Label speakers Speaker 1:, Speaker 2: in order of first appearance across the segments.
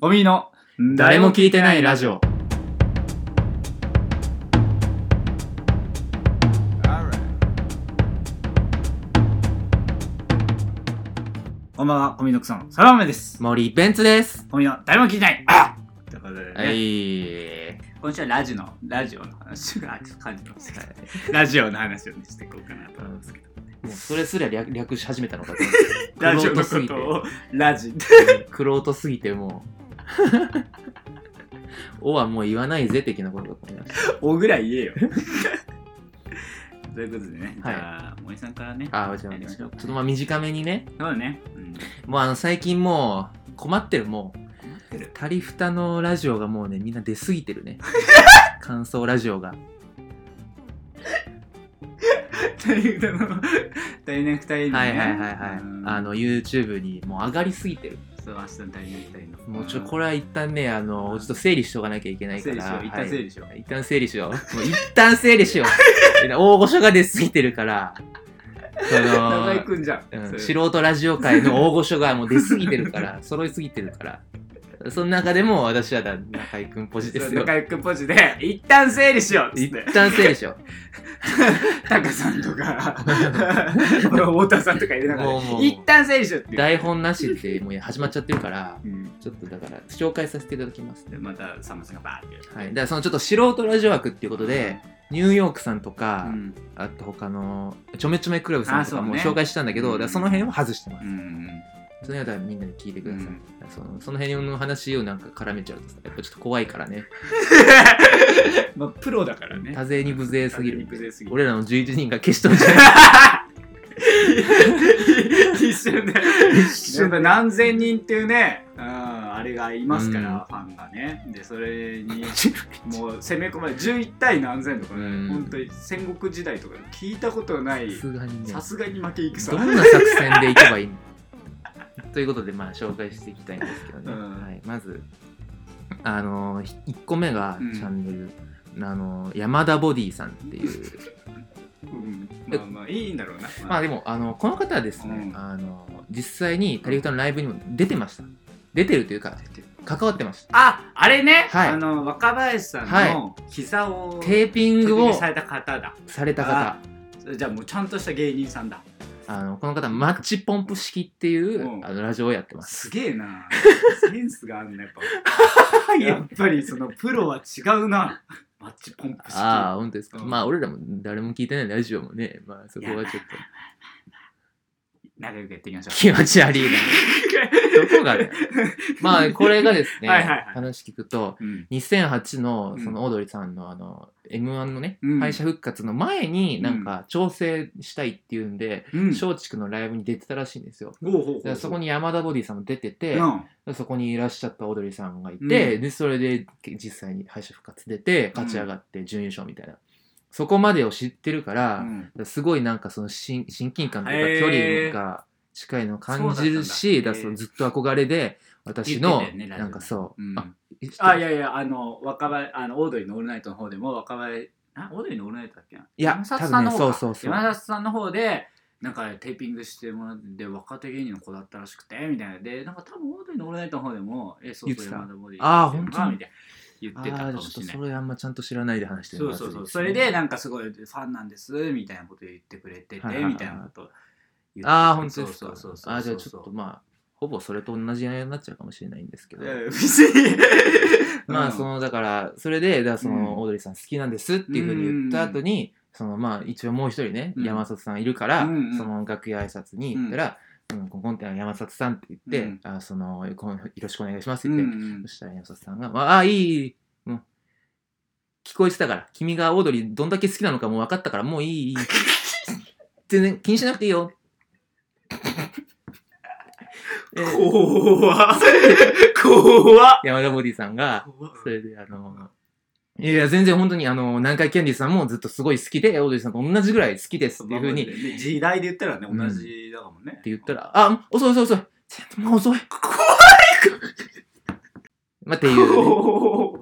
Speaker 1: ゴミの
Speaker 2: 誰も聞いてないラジオ。
Speaker 1: こんばんは、ゴミのくさん、そら豆です。
Speaker 2: 森ベンツです。
Speaker 1: ゴミの誰も聞いてないあということでね、
Speaker 2: はい。
Speaker 1: 今週はラジオの、ラジオの話がちょっと感じましたけど、ラジオの話をね、してい こうかなと思いますけど。
Speaker 2: もうそれすら略略し始めたのかと
Speaker 1: ラジオの
Speaker 2: 玄人す
Speaker 1: こ
Speaker 2: ぎ
Speaker 1: と
Speaker 2: て
Speaker 1: を、ラジ
Speaker 2: 思 って。クロートすぎても う。おはもう言わないぜ的なことだと思いまし
Speaker 1: オぐらい言えよ。 ということでね、
Speaker 2: はい
Speaker 1: じゃあ、森さんからね。
Speaker 2: た。あ、じゃあ、
Speaker 1: やりまし
Speaker 2: ち
Speaker 1: ょ
Speaker 2: ょ
Speaker 1: う
Speaker 2: っとまあ短めにね。
Speaker 1: そうだね。 うん。
Speaker 2: もうあの最近もう困ってるもう。
Speaker 1: 困ってる。
Speaker 2: タリフタのラジオがもうね、みんな出過ぎてる ね。感想ラジオが。
Speaker 1: 大変だな。大変二人のね。
Speaker 2: はいはいはいはい。あ
Speaker 1: の、
Speaker 2: の YouTube にもう上がりすぎてる。
Speaker 1: そう、明日の大変二人の。
Speaker 2: もうちょ、これは一旦ね、あの、ちょっと整理しとかなきゃいけないから。
Speaker 1: 整理しよう
Speaker 2: はい一旦整理しよう。もう一旦整理 しよう。大御所が出過ぎてるから。そ
Speaker 1: 長井
Speaker 2: の、
Speaker 1: くんじゃん。
Speaker 2: う
Speaker 1: そ
Speaker 2: ん、
Speaker 1: れ
Speaker 2: 素人ラジオ界の大御所がもう出過ぎてるから、揃いすぎてるから。その中でも私はだ中井くんポジです
Speaker 1: そう
Speaker 2: よ。
Speaker 1: 中井くんポジで、一旦整理しようっつっ
Speaker 2: 一
Speaker 1: て、
Speaker 2: 旦整理しよ
Speaker 1: タカさんとか、太田さんとか入れながら
Speaker 2: もうも、う
Speaker 1: 一旦整理しようって
Speaker 2: う。
Speaker 1: いう。
Speaker 2: 台本なしってもう始まっちゃってるから、
Speaker 1: うん
Speaker 2: ちょっとだから紹介させていただきます。
Speaker 1: で、また、さんまさんがバーってやる。
Speaker 2: はい。だからそのちょっと素人ラジオ枠っていうことで、ニューヨークさんと
Speaker 1: う
Speaker 2: か、
Speaker 1: ん、
Speaker 2: あと他のちょめちょめクラブさんと
Speaker 1: あ
Speaker 2: か
Speaker 1: そう
Speaker 2: も
Speaker 1: ね
Speaker 2: 紹介したんだけど、
Speaker 1: うん
Speaker 2: だからその辺を外してます、
Speaker 1: うん、
Speaker 2: その辺はみんなに聞いてください、
Speaker 1: うん
Speaker 2: そのその辺の話をなんか絡めちゃうとさやっぱちょっと怖いからね
Speaker 1: まあ、プロだからね。
Speaker 2: 多勢に無勢すぎ
Speaker 1: 多勢に
Speaker 2: る
Speaker 1: 無勢すぎる
Speaker 2: 俺らの11人が消しとんじゃない
Speaker 1: 一瞬で
Speaker 2: 瞬で
Speaker 1: やっぱ何千人っていうね、うん、あれがいますから、ファンがねでそれにもう攻め込まれ11対何千とかね、
Speaker 2: うん
Speaker 1: 本当に戦国時代とかで聞いたことない
Speaker 2: さすがにね
Speaker 1: さすがに負け戦
Speaker 2: どんな作戦でいけばいいの ということでまあ紹介していきたいんですけどね、
Speaker 1: うん
Speaker 2: はい、まずあの1個目がチャンネル、あの山田ボディさんっていう
Speaker 1: うんまあまあいいんだろうな、
Speaker 2: まあ
Speaker 1: あ、
Speaker 2: でもあのこの方はですね、
Speaker 1: うん
Speaker 2: あの実際にタリウタのライブにも出てました出てるというか関わってました
Speaker 1: ああれね、
Speaker 2: はい
Speaker 1: あの若林さん
Speaker 2: は
Speaker 1: の膝を
Speaker 2: テーピン
Speaker 1: 特
Speaker 2: グ
Speaker 1: に
Speaker 2: を
Speaker 1: された方だ
Speaker 2: された方
Speaker 1: あじゃあもうちゃんとした芸人さんだ
Speaker 2: あのこの方マッチポンプ式っていう、
Speaker 1: うん
Speaker 2: あのラジオをやってます
Speaker 1: すげえな センスがあるねやっぱやっぱりそのプロは違うなマッチポンプ式
Speaker 2: ああ本当ですか、
Speaker 1: うん
Speaker 2: まあ俺らも誰も聞いてないラジオもねまあそこはちょっと
Speaker 1: 仲良くやっていきまし ょう
Speaker 2: 気持ち悪いなどこがねまあこれがですね
Speaker 1: はいはいはい
Speaker 2: 話聞くと
Speaker 1: うん
Speaker 2: 2008のそ
Speaker 1: うん
Speaker 2: のオードリーさんのあの m 1のね、
Speaker 1: うん
Speaker 2: 敗者復活の前になんか調整したいっていうんで、
Speaker 1: うん
Speaker 2: 松竹のライブに出てたらしいんですよ。
Speaker 1: ほうほうほう
Speaker 2: でそこに山田ボディさんも出てて、
Speaker 1: うん
Speaker 2: でそこにいらっしゃったオードリーさんがいて、
Speaker 1: うん
Speaker 2: でそれで実際に敗者復活出て勝ち上がって準優勝みたいな、そこまでを知ってるから、
Speaker 1: うん
Speaker 2: すごいなんかその親親近感とか
Speaker 1: へー
Speaker 2: 距離が近いのを感じる
Speaker 1: そ
Speaker 2: し
Speaker 1: うだ
Speaker 2: だ
Speaker 1: ったんだ
Speaker 2: そのずっと憧れで私
Speaker 1: 言
Speaker 2: の、
Speaker 1: ってたよねラジオで
Speaker 2: なんかそう、
Speaker 1: うん
Speaker 2: あ
Speaker 1: あいやいやあの若林あのオードリーのオールナイトの方でも若林あオードリーのオールナイトだっけない
Speaker 2: や
Speaker 1: 山里さんの方か
Speaker 2: 多分ねそうそうそう
Speaker 1: 山里さんの方でなんかテーピングしてもらって若手芸人の子だったらしくてみたいなでなんか多分オードリーのオールナイトの方でもえそう
Speaker 2: 言
Speaker 1: そ
Speaker 2: っ
Speaker 1: う
Speaker 2: てた
Speaker 1: 山田ボディ
Speaker 2: あー本当に
Speaker 1: みたいな言ってた
Speaker 2: あ
Speaker 1: か
Speaker 2: ー
Speaker 1: も
Speaker 2: ちょっ
Speaker 1: し
Speaker 2: と
Speaker 1: れない
Speaker 2: それあんまちゃんと知らないで話してる
Speaker 1: そ
Speaker 2: の
Speaker 1: う
Speaker 2: が
Speaker 1: そうそう、
Speaker 2: 恥ず
Speaker 1: そ
Speaker 2: かし
Speaker 1: れ
Speaker 2: いすね
Speaker 1: でなんかすごいファンなんですみたいなこと言ってくれてて、
Speaker 2: はいはいはい
Speaker 1: みたいなこと言ってて
Speaker 2: ああ、本当です
Speaker 1: そ
Speaker 2: か
Speaker 1: うそうそう。そう
Speaker 2: あーじゃあちょっとまあ、ほぼそれと同じ内容になっちゃうかもしれないんですけど
Speaker 1: い。やいや別に
Speaker 2: まあ、そ
Speaker 1: の
Speaker 2: の、だから、それで、だからそ
Speaker 1: うん
Speaker 2: の、オードリーさん好きなんですっていうふうに言った後に、その、まあ、一応もう一人ね、
Speaker 1: うん
Speaker 2: 山里さんいるから
Speaker 1: うんうん、
Speaker 2: その楽屋挨拶に行ったら、うん、ここんって山里さんって言
Speaker 1: う
Speaker 2: っ
Speaker 1: ん
Speaker 2: て、あーその、こんよろしくお願いします
Speaker 1: う
Speaker 2: って言って、
Speaker 1: ん
Speaker 2: そしたら山里さんが、まあ、あー、いいいい、いいうん。聞こえてたから、君がオードリーどんだけ好きなのかもう分かったから、もういい、いい。 全然気にしなくていいよ。 で
Speaker 1: 怖 っ怖っ
Speaker 2: 山田ボディさんが、それで、あの、いや、全然本当に、あの、南海キャンディーズさんもずっとすごい好きで、オードリーさんと同じぐらい好きですっていうふうに、って
Speaker 1: に時代で言ったらね
Speaker 2: うん
Speaker 1: 同じだかもねって
Speaker 2: 言ったら、あ、遅い遅い遅い。もう遅い。怖 いまあ、っていう、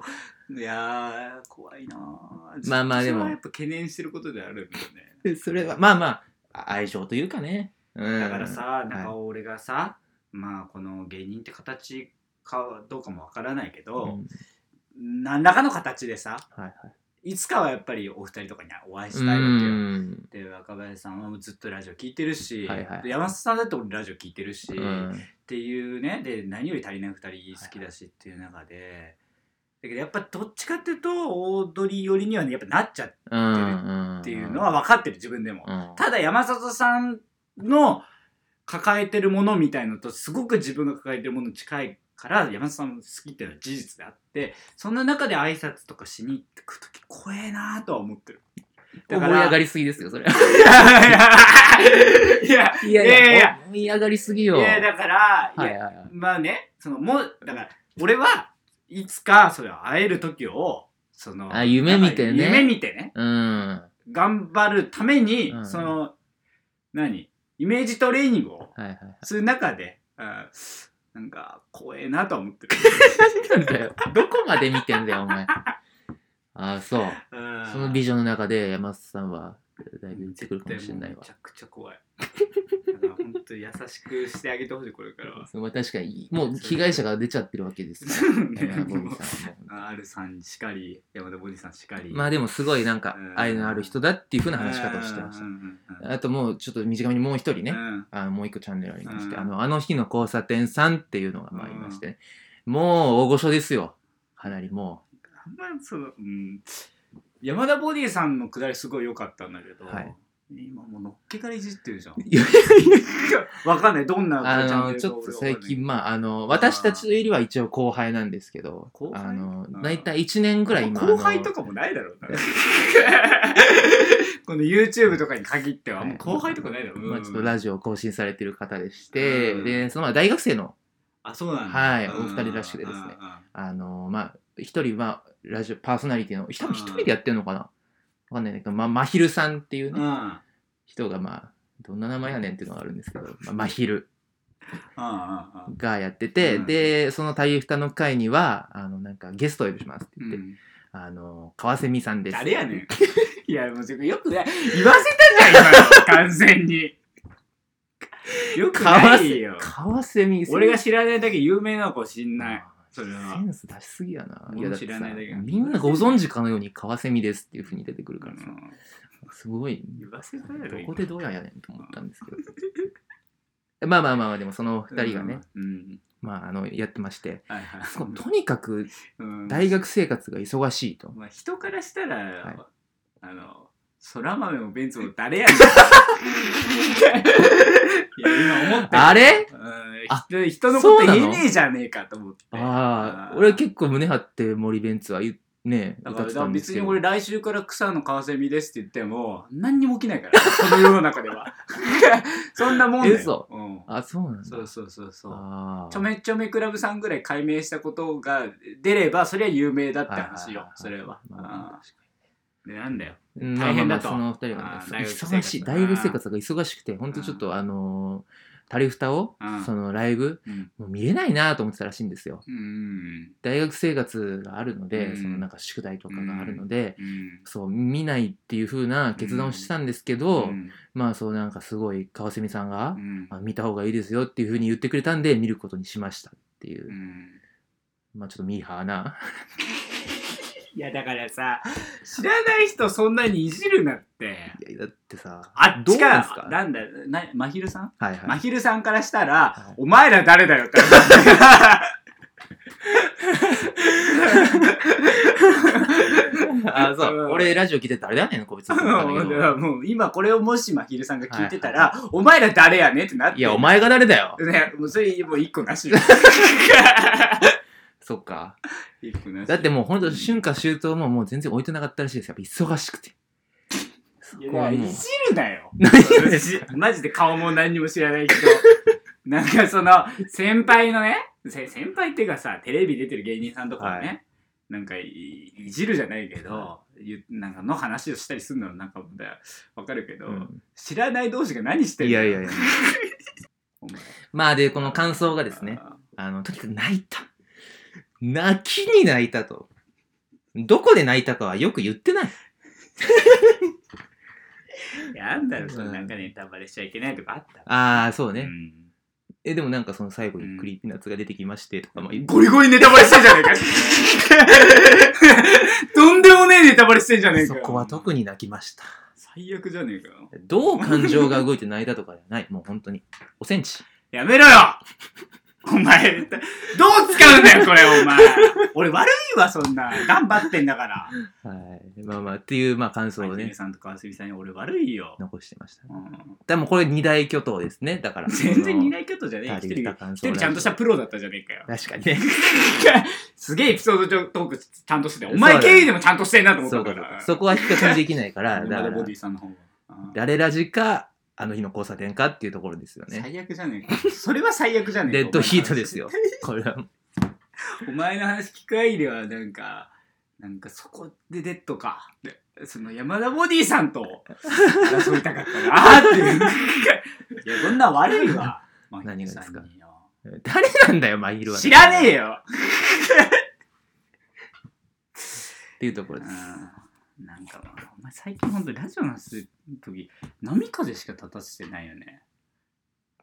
Speaker 1: い
Speaker 2: ね。
Speaker 1: やー怖いなー
Speaker 2: まあまあでも
Speaker 1: それはやっぱ懸念してることであるんだよね
Speaker 2: で それは、まあまあ、愛情というかね。うん、
Speaker 1: だからさ、
Speaker 2: い
Speaker 1: なんか俺がさ、まあこの芸人って形かはどうかもわからないけ
Speaker 2: う
Speaker 1: ど、
Speaker 2: ん
Speaker 1: 何らかの形でさ
Speaker 2: はいはい
Speaker 1: いつかはやっぱりお二人とかにはお会いし
Speaker 2: う
Speaker 1: たいわけよ。
Speaker 2: ん
Speaker 1: で若林さんはずっとラジオ聞いてるし、
Speaker 2: はいはい
Speaker 1: で山里さんだって俺ラジオ聞いてるし、
Speaker 2: う
Speaker 1: っ
Speaker 2: ん
Speaker 1: ていうねで何より足りない2人好きだしっていう中で、だけどやっぱどっちかっていうとオードリー寄りにはねやっぱなっちゃう
Speaker 2: うん
Speaker 1: っていうのは分かってる自分でも。
Speaker 2: うん
Speaker 1: ただ山里さんの抱えてるものみたいのとすごく自分が抱えてるものに近いから山里さんも好きっていうのは事実であってそんな中で挨拶とかしに行く時怖えなとは思ってる。だか
Speaker 2: 思い上が
Speaker 1: り
Speaker 2: りすぎですよそれ
Speaker 1: いや
Speaker 2: いやい
Speaker 1: いや
Speaker 2: や
Speaker 1: いや
Speaker 2: 思い上がりすぎ
Speaker 1: い
Speaker 2: よ
Speaker 1: やだから、い
Speaker 2: はい
Speaker 1: や
Speaker 2: はいはい
Speaker 1: まあねそのもうだから俺はいつかそれを会える時をその
Speaker 2: あ夢見てね
Speaker 1: 夢見てね
Speaker 2: うん
Speaker 1: 頑張るために、
Speaker 2: うん
Speaker 1: その何イメージトレーニングを
Speaker 2: はいはいはい。
Speaker 1: する中で、うんなんか怖えなとは思っ てる、
Speaker 2: なんだよ。どこまで見てんだよ、お前。ああ、そう。
Speaker 1: うん
Speaker 2: そのビジョンの中で山里さんはだいぶ言ってくるかもしれな
Speaker 1: 絶対
Speaker 2: いわ
Speaker 1: もうめち。ゃくちゃ怖いだから本当に優しくしてあげてほしいこれからは
Speaker 2: そうまあ確かに、もう被害者が出ちゃってるわけですか ら。山本さんも
Speaker 1: R さんしかり山田ボディさんしかり
Speaker 2: まあでもすごいなんか
Speaker 1: うん
Speaker 2: 愛のある人だっていうふうな話し方をしてまし
Speaker 1: うん
Speaker 2: た。あともうちょっと短めにもう一人
Speaker 1: うんうん
Speaker 2: ね、あのもう一個チャンネルありまして、
Speaker 1: うん
Speaker 2: あの、あの日の交差点さんっていうのがまあありましてね、もう大御所ですよ。かなりも
Speaker 1: あんまその、うん、山田ボディさんのくだりすごい良かったんだけど、
Speaker 2: はい
Speaker 1: 今もうのっけからいじってるじゃん
Speaker 2: う。いや
Speaker 1: わかんない、どんな
Speaker 2: あ
Speaker 1: チャンネ
Speaker 2: の
Speaker 1: ル
Speaker 2: ち
Speaker 1: か
Speaker 2: ょっと
Speaker 1: 俺は
Speaker 2: 最近まああの私たちよりは一応後輩なんですけど
Speaker 1: 後輩
Speaker 2: あの
Speaker 1: うん
Speaker 2: 大体1年ぐらい今
Speaker 1: 後輩と
Speaker 2: か
Speaker 1: かもないだろうな。 この YouTube とかに限っては、もう後輩とかないだろう。
Speaker 2: まあ、ちょっと
Speaker 1: うん
Speaker 2: ラジオを更新されてる方でして、
Speaker 1: うん
Speaker 2: でそのまあ大学生の
Speaker 1: あ、そうなんだ。
Speaker 2: はい
Speaker 1: うん
Speaker 2: お二人らしくてですね。
Speaker 1: うん
Speaker 2: あのまあ一人はラジオパーソナリティの多分一人でやってるのかなわかんないんだけど、まあ、まひるさんっていう
Speaker 1: うん
Speaker 2: ね、
Speaker 1: うんうん
Speaker 2: 人がまあどんな名前やねんっていうのがあるんですけど、まあ、まひる
Speaker 1: うん
Speaker 2: がやってて、
Speaker 1: うん
Speaker 2: でその「たゆふた」の回にはあのなんかゲストをお呼びしますって言
Speaker 1: う
Speaker 2: って、
Speaker 1: ん
Speaker 2: あの川瀬美さんです
Speaker 1: 誰やねん。いや、もうよくね、言わせたじゃん、今の完全に。よく
Speaker 2: カワ
Speaker 1: な
Speaker 2: セ
Speaker 1: いよ。
Speaker 2: カワセミ
Speaker 1: 俺が知らないだけ有名なのかもしんない。それは
Speaker 2: センス出しすぎやな。い
Speaker 1: 俺も
Speaker 2: やだって
Speaker 1: 知
Speaker 2: さ
Speaker 1: らないだけど
Speaker 2: みんなご存知かのようにカワセミですっていうふうに出てくる
Speaker 1: う
Speaker 2: からさ、
Speaker 1: ん
Speaker 2: すごい、
Speaker 1: 言わせたやろ。
Speaker 2: どこでどうややねんと思ったんです けど。まあまあまあまあ、でもその二人がね、
Speaker 1: うん。うん。
Speaker 2: まああの、やってまして、
Speaker 1: はいはい
Speaker 2: すごいとにかく
Speaker 1: うん
Speaker 2: 大学生活が忙しいと。
Speaker 1: まあ、人からしたら、
Speaker 2: はい
Speaker 1: あの、そら豆もベンツも誰や ねん。いや、今思って
Speaker 2: あれあ
Speaker 1: うん人人のこと言えねえじゃねえかと思って。
Speaker 2: あ
Speaker 1: あー
Speaker 2: あ、俺結構胸張って森ベンツは言うね、
Speaker 1: だから
Speaker 2: 歌って
Speaker 1: だか
Speaker 2: た
Speaker 1: ら
Speaker 2: んです
Speaker 1: 別
Speaker 2: け
Speaker 1: に
Speaker 2: ど。
Speaker 1: 俺来週から草の川蝉ですって言っても何にも起きない から、この世の中では。そんなもんだよ。
Speaker 2: え嘘
Speaker 1: うん
Speaker 2: あ、そうなんだ。
Speaker 1: そうそうそうそう。
Speaker 2: ああ。
Speaker 1: ちょめちょめクラブさんぐらい解明したことが出れば、それは有名だって話
Speaker 2: はいはいはい
Speaker 1: よ
Speaker 2: は、い
Speaker 1: それは。
Speaker 2: まあまあ
Speaker 1: うんでなんだよ。
Speaker 2: うん
Speaker 1: 大変だと
Speaker 2: まあまあまあその二人が
Speaker 1: あ
Speaker 2: ね、
Speaker 1: ー
Speaker 2: 忙しい、
Speaker 1: 大
Speaker 2: 大
Speaker 1: 学
Speaker 2: 学
Speaker 1: 生
Speaker 2: 生
Speaker 1: 活
Speaker 2: 活が忙しくて、本当ちょっと、あのー、タリフタを
Speaker 1: うん、
Speaker 2: そのライブ、
Speaker 1: うん
Speaker 2: もう見れないなと思ってたらしいんですよ。
Speaker 1: うん。
Speaker 2: 大学生活があるの
Speaker 1: う
Speaker 2: で、
Speaker 1: ん
Speaker 2: そのなんか宿題とかがあるので、
Speaker 1: うん
Speaker 2: そう、見ないっていう風な決断をしてたんですけど、まあそうなんかすごい川澄さんが、
Speaker 1: うん
Speaker 2: あ見た方がいいですよっていう風に言ってくれたんで、見ることにしましたっていうう、
Speaker 1: ん
Speaker 2: まあちょっとミーハーな。
Speaker 1: いやだからさ知らない人そんなにいじるなって
Speaker 2: いやだってさ、
Speaker 1: あっ
Speaker 2: どう
Speaker 1: ち
Speaker 2: です
Speaker 1: から
Speaker 2: か
Speaker 1: なんだなまひるさん、
Speaker 2: はいはい。
Speaker 1: まひるさんからしたら、
Speaker 2: はい
Speaker 1: お前ら誰だよって
Speaker 2: あ、そうう。
Speaker 1: ん
Speaker 2: 俺、ラジオ聞いてたらあれだねん、こいつ。
Speaker 1: も うもう今これをもしまひるさんが聞いてたら、お前ら誰やねってなって
Speaker 2: いや、お前が誰だよ。
Speaker 1: ねもうそれもう一個な しよ
Speaker 2: そっか。
Speaker 1: 一個なし
Speaker 2: だってもう、ほんと、春夏秋冬ももう全然置いてなかったらしいですよ。やっぱ忙しくて。そ
Speaker 1: い
Speaker 2: こ
Speaker 1: や
Speaker 2: はいもう
Speaker 1: じ。るなよ
Speaker 2: 何がです
Speaker 1: 私 マジで顔も何にも知らない人 なんかその先輩のねせ先輩っていうかさテレビ出てる芸人さんとかはね、
Speaker 2: は
Speaker 1: なんかいいじるじゃないけど、ゆなんかの話をしたりするのはなんかだわかるけど、
Speaker 2: うん
Speaker 1: 知らない同士が何してる
Speaker 2: いやいやいや。
Speaker 1: お前
Speaker 2: まあ、で、この感想がですね、あの、とにかく泣いた。泣きに泣いたと。どこで泣いたかはよく言ってない。
Speaker 1: いやあんだろそのなんかネタバレしちゃいけないとかあった
Speaker 2: ああ、そうね。
Speaker 1: うん
Speaker 2: え、でもなんかその最後にクリーピーナッツが出てきましてとか、まあ、
Speaker 1: ゴリゴリネタバレしてんじゃねえか。 とんでもねえネタバレしてんじゃねえか。
Speaker 2: そこは特に泣きました。
Speaker 1: 最悪じゃねえかよ。
Speaker 2: どう感情が動いて泣いたとかじゃ ない。もう本当に。おセンチ。
Speaker 1: やめろよお前、どう使うんだよ、これ、お前。俺悪いわ、そんな。頑張ってんだから。
Speaker 2: はい。まあまあ、っていう、まあ感想
Speaker 1: そう
Speaker 2: を
Speaker 1: ね。
Speaker 2: ね、
Speaker 1: さんと川澄さんに俺悪いよ。
Speaker 2: 残してました。
Speaker 1: うん
Speaker 2: でもこれ二大巨頭ですね。だから。
Speaker 1: 全然二
Speaker 2: 巨
Speaker 1: 大巨頭じゃねえ。
Speaker 2: 頭。
Speaker 1: 一
Speaker 2: 二人
Speaker 1: 人
Speaker 2: が
Speaker 1: が、
Speaker 2: 感
Speaker 1: 一
Speaker 2: 想
Speaker 1: 人ちゃんとしたプロだったじゃねえかよ。
Speaker 2: 確かにね。
Speaker 1: すげえエピソードトークちゃんとしてた。お前経由でもちゃんとしてんなと思っ
Speaker 2: そ
Speaker 1: た
Speaker 2: う
Speaker 1: か。
Speaker 2: かそうからそこは比較できないから、だ
Speaker 1: ま
Speaker 2: か
Speaker 1: だボ
Speaker 2: ら
Speaker 1: デ、ィさんの方が。うん
Speaker 2: 誰ラジか、あの日の交差点かっていうところですよね。
Speaker 1: 最悪じゃねえか。それは最悪じゃねえか。
Speaker 2: デッドヒートですよ。これは。
Speaker 1: お前の話聞く限りはなんかなんかそこでデッドかでその山田ボディさんと争いたかったなーって いういやこんなん悪いわマヒルさんに
Speaker 2: 何がで
Speaker 1: よ
Speaker 2: 誰なんだよ、マヒルは。
Speaker 1: 知らねえ
Speaker 2: よ
Speaker 1: よ
Speaker 2: っていうところ
Speaker 1: う
Speaker 2: です。
Speaker 1: んなんかお前最近ほんとラジオの話する時波風しか立たせてないよね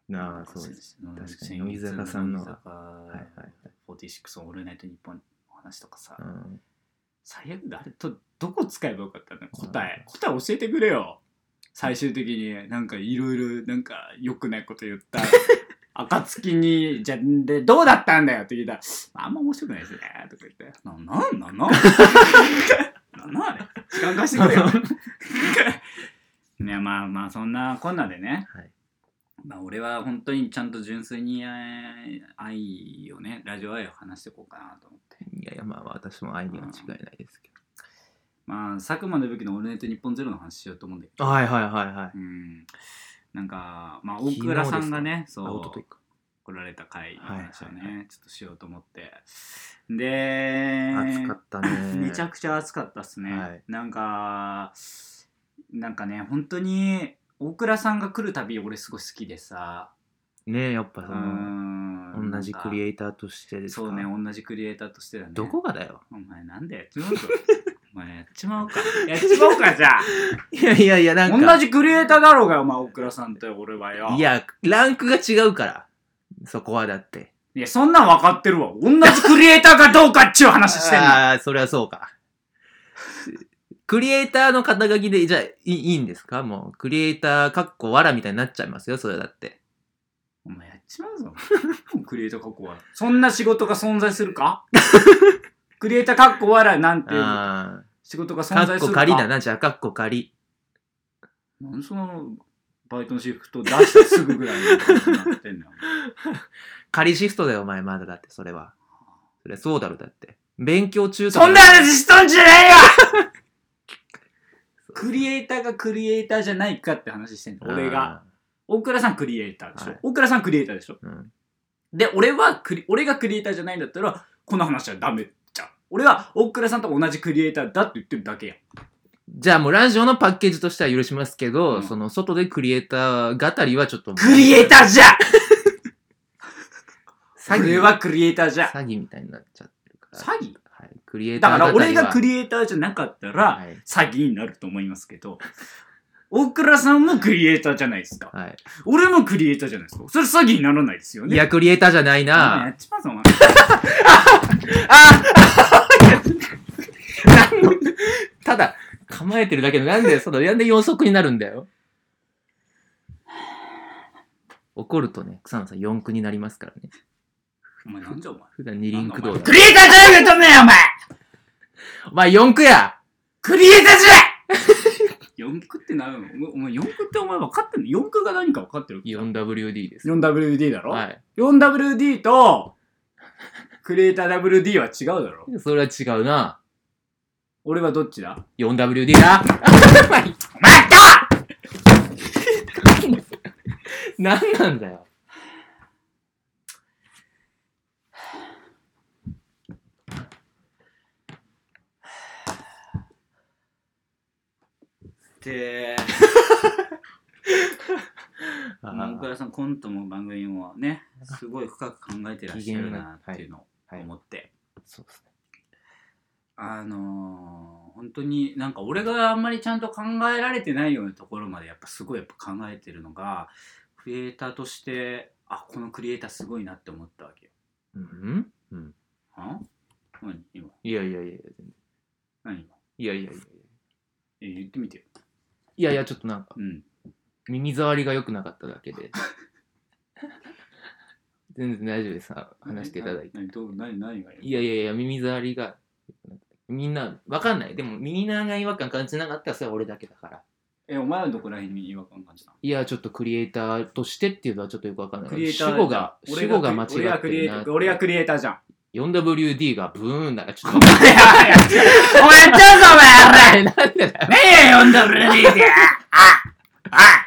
Speaker 2: なあ、そうです。
Speaker 1: うん
Speaker 2: 確かに乃木坂さんの
Speaker 1: 乃木坂
Speaker 2: はいはいはい。
Speaker 1: 46のオールナイトニッポンの話とかさ、
Speaker 2: うん
Speaker 1: 最悪だあれとどこ使えばよかったの答え答え教えてくれよ最終的になんかいろいろなんか良くないこと言った暁に「じゃでどうだったんだよ」って聞いたら「あんま面白くないですね」とか言って「ななんなんなんなんなんあれ時間貸してくれよ」いやまあまあそんなこんなでね、
Speaker 2: はい
Speaker 1: まあ、俺は本当にちゃんと純粋にえー愛をねラジオ愛を話していこうかなと思って
Speaker 2: いやいや、まあ私も愛には違いないですけ
Speaker 1: まあ佐久間の武器の「オールナイトニッポンゼロの話しようと思うんだけど
Speaker 2: ど。はいはいはいはい。
Speaker 1: うんなんか、まあ、大倉さんがねそ
Speaker 2: あ、おとというか。
Speaker 1: 来られた回の話をね、
Speaker 2: はいはい
Speaker 1: ちょっとしようと思ってで。
Speaker 2: 暑かったね
Speaker 1: めちゃくちゃ暑かったっすね、
Speaker 2: はい
Speaker 1: なんかなんかね本当に大倉さんが来るたび俺すごい好きでさ
Speaker 2: ねやっぱ
Speaker 1: う
Speaker 2: その、
Speaker 1: ん
Speaker 2: 同じクリエイターとしてですか
Speaker 1: そうね同じクリエイターとしてだね
Speaker 2: どこがだよ。
Speaker 1: お前なんでやっちまうぞ お前やっちまおうかやっちまおうかじゃあ
Speaker 2: いやいやいや、なんか。
Speaker 1: 同じクリエイターだろうがお前大倉さんと俺はよ
Speaker 2: いや、ランクが違うから。そこはだって。
Speaker 1: いやそんなん分かってるわ同じクリエイターかどうかっちゅう話してんの
Speaker 2: ああー、それはそうか。クリエイターの肩書きで、じゃあいいいいんですかもう、クリエイターかっこわらみたいになっちゃいますよ、それだって。
Speaker 1: お前やっちまうぞ クリエイターかっこ笑いそんな仕事が存在する かクリエイターかっこ笑いなんていう
Speaker 2: あ
Speaker 1: 仕事が
Speaker 2: あ、
Speaker 1: 存
Speaker 2: か
Speaker 1: 在
Speaker 2: っ
Speaker 1: す
Speaker 2: こ
Speaker 1: るか
Speaker 2: 仮だな、じゃあ、かっこ仮。
Speaker 1: なんでそのバイトのシフト出したすぐぐらいの感じになってんの よ
Speaker 2: 仮シフトだよ、お前、まだだって、それは。それはそうだろ、だって。勉強中とか
Speaker 1: そんな話しとんじゃないよ クリエイターがクリエイターじゃないかって話してんの俺が。大倉さんクリエイターでしょ、
Speaker 2: はい
Speaker 1: 大倉さんクリエイターでしょ
Speaker 2: あー。うん。
Speaker 1: で俺はクリ俺がクリエイターじゃないんだったらこの話はダメじゃん俺は大倉さんと同じクリエイターだって言ってるだけやん
Speaker 2: じゃあもうラジオのパッケージとしては許しますけど、
Speaker 1: うん
Speaker 2: その外でクリエイター語りはちょっともう。
Speaker 1: クリエイターじゃ
Speaker 2: 詐
Speaker 1: 俺
Speaker 2: 欺
Speaker 1: はクリエイターじゃ
Speaker 2: 詐欺みたいになっちゃってるから。
Speaker 1: 詐欺
Speaker 2: はい。クリエイタ
Speaker 1: だ
Speaker 2: ー
Speaker 1: から俺がク
Speaker 2: エイ
Speaker 1: リエイターじゃなかった
Speaker 2: タ
Speaker 1: ら
Speaker 2: はい。
Speaker 1: 詐欺になると思いますけど大倉さんもクリエイターじゃないですか
Speaker 2: はい。
Speaker 1: 俺もクリエイターじゃないですかそれ詐欺にならないですよね
Speaker 2: いや、クリエイターじゃない
Speaker 1: お前や
Speaker 2: な。
Speaker 1: っちまうぞお前
Speaker 2: ただ、構えてるだけで、なんで、その、なんで予測になるんだよ。怒るとね、草野さん4区になりますからね。
Speaker 1: お前なんじゃお前
Speaker 2: 普段二輪駆動だ
Speaker 1: ク。リエイターじゃないとめよお前
Speaker 2: お前4区や
Speaker 1: クリエイターじゃ ない !4 区ってなのお前4区ってお前分かってんの ?4 区が何か分かってる
Speaker 2: ?4WD です。
Speaker 1: 4WD だろ、
Speaker 2: はい。
Speaker 1: ?4WD とクリエイター WD は違うだろ
Speaker 2: それは違うな。
Speaker 1: 俺はどっちだ
Speaker 2: 4WD だ。
Speaker 1: 待った
Speaker 2: 何なんだよ。
Speaker 1: って
Speaker 2: あ
Speaker 1: 大
Speaker 2: ー
Speaker 1: 倉さんコントも番組もねすごい深く考えてらっしゃるなっていうのを
Speaker 2: はい
Speaker 1: 思って、
Speaker 2: そうですね。
Speaker 1: あのー、本当になんか俺があんまりちゃんと考えられてないようなところまでやっぱすごいやっぱ考えてるのがクリエイターとしてあこのクリエイターすごいなって思ったわけよ。
Speaker 2: うんうん。
Speaker 1: は何今
Speaker 2: いやいやいやいや、
Speaker 1: 何今
Speaker 2: いやいやいやいや。
Speaker 1: え言ってみてよ。
Speaker 2: いやいや、ちょっとなんか、
Speaker 1: うん。
Speaker 2: 耳障りが良くなかっただけで。全然大丈夫です。あ話していただいて。
Speaker 1: 何どう何何がい
Speaker 2: いやいやいや、耳障りが良くなかった。みんな、わかんない。でも、みんなが違和感感じなかったら、それは俺だけだから。
Speaker 1: えお前はどこら辺に違和感感じたの
Speaker 2: いや、ちょっとクリエイターとしてっていうのはちょっとよくわかんない。
Speaker 1: クリエイター
Speaker 2: 主語が、主
Speaker 1: 俺
Speaker 2: 語が間違って
Speaker 1: 俺はクリエ
Speaker 2: る
Speaker 1: イタ
Speaker 2: な
Speaker 1: ー。俺はクリエイターじゃん。
Speaker 2: 4WD がブーンだから、ちょっと。
Speaker 1: お 前やっちゃうぞお前お前
Speaker 2: なんでだよ。
Speaker 1: 何や 4WD ってああ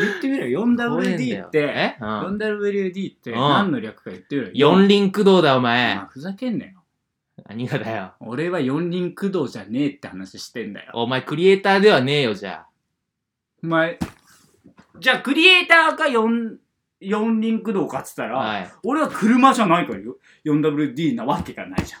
Speaker 1: 言ってみろよ
Speaker 2: 怖えんだ
Speaker 1: 4WD
Speaker 2: よ
Speaker 1: って
Speaker 2: えうん
Speaker 1: 4WD って
Speaker 2: うん
Speaker 1: 何の略か言ってみろよ
Speaker 2: 四輪駆動だ、お
Speaker 1: お
Speaker 2: 前
Speaker 1: 前。ふざけんなよ
Speaker 2: 何がだよ。
Speaker 1: 俺は四輪駆動じゃねえって話してんだよ
Speaker 2: お前、クリエイターではねえよ、じゃあ。
Speaker 1: お前じゃあクリエイターか四四輪駆動かっつったら、
Speaker 2: はい。
Speaker 1: 俺は車じゃないからよ 4WD なわけがないじゃん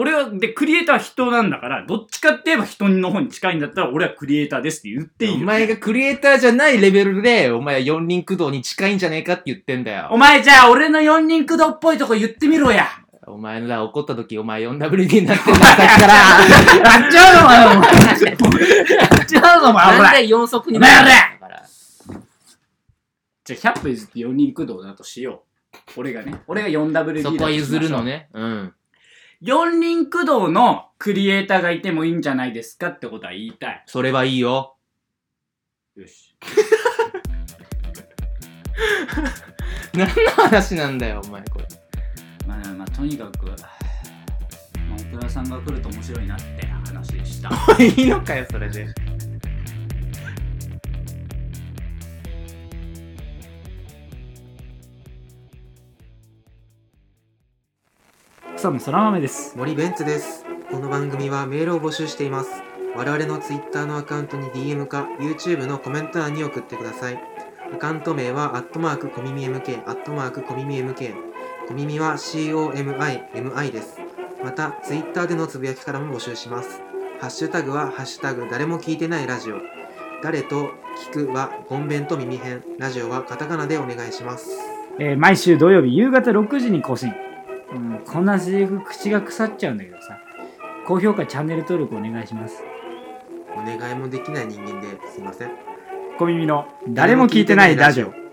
Speaker 1: 俺はでクリエイターは人なんだからどっちかって言えば人の方に近いんだったら俺はクリエイターですって言っていいよ
Speaker 2: お前がクリエイターじゃないレベルで、お前は四輪駆動に近いんじゃねえかって言ってんだ
Speaker 1: お
Speaker 2: よ。
Speaker 1: 前じゃあ俺の四人駆動っぽいとこ言ってみろや。
Speaker 2: お前のだ、怒った時、お前 4WD になってんだ、さっき から。
Speaker 1: やっちゃうのお前、お前。やっちゃうのお前、お
Speaker 2: なん
Speaker 1: 前。
Speaker 2: で四足になってんだから。
Speaker 1: じゃあ100歩譲って四人駆動だとしよう。俺がね、俺が 4WD だとし
Speaker 2: そ
Speaker 1: ましょう
Speaker 2: こは譲るの。ね。うん。
Speaker 1: 四人駆動のクリエイターがいてもいいんじゃないですかってことは言いたい。
Speaker 2: それはいいよ。
Speaker 1: よし。
Speaker 2: 何の 話なんだよ、お前、これ。
Speaker 1: まあまあ、とにかく、まあ、奥田さんが来ると面白いなって話でした。
Speaker 2: いいのかよ、それで。
Speaker 1: 草野そら豆です。
Speaker 3: 森ベンツですこの番組はメールを募集しています我々の Twitter のアカウントに DM か YouTube のコメント欄に送ってくださいアカウント名はアットマークコミミ MK アットマークコミミ MK コミミは COMIMI ですまた Twitter でのつぶやきからも募集しますハッシュタグはハッシュタグ誰も聞いてないラジオ誰と聞くは本弁と耳編ラジオはカタカナでお願いします
Speaker 1: えー毎週土曜日夕方6時に更新、うん、こんなセリフ口が腐っちゃうんだけどさ高評価チャンネル登録お願いします
Speaker 3: お願いもできない人間ですいません
Speaker 1: 小耳の誰も聞いてないラジオ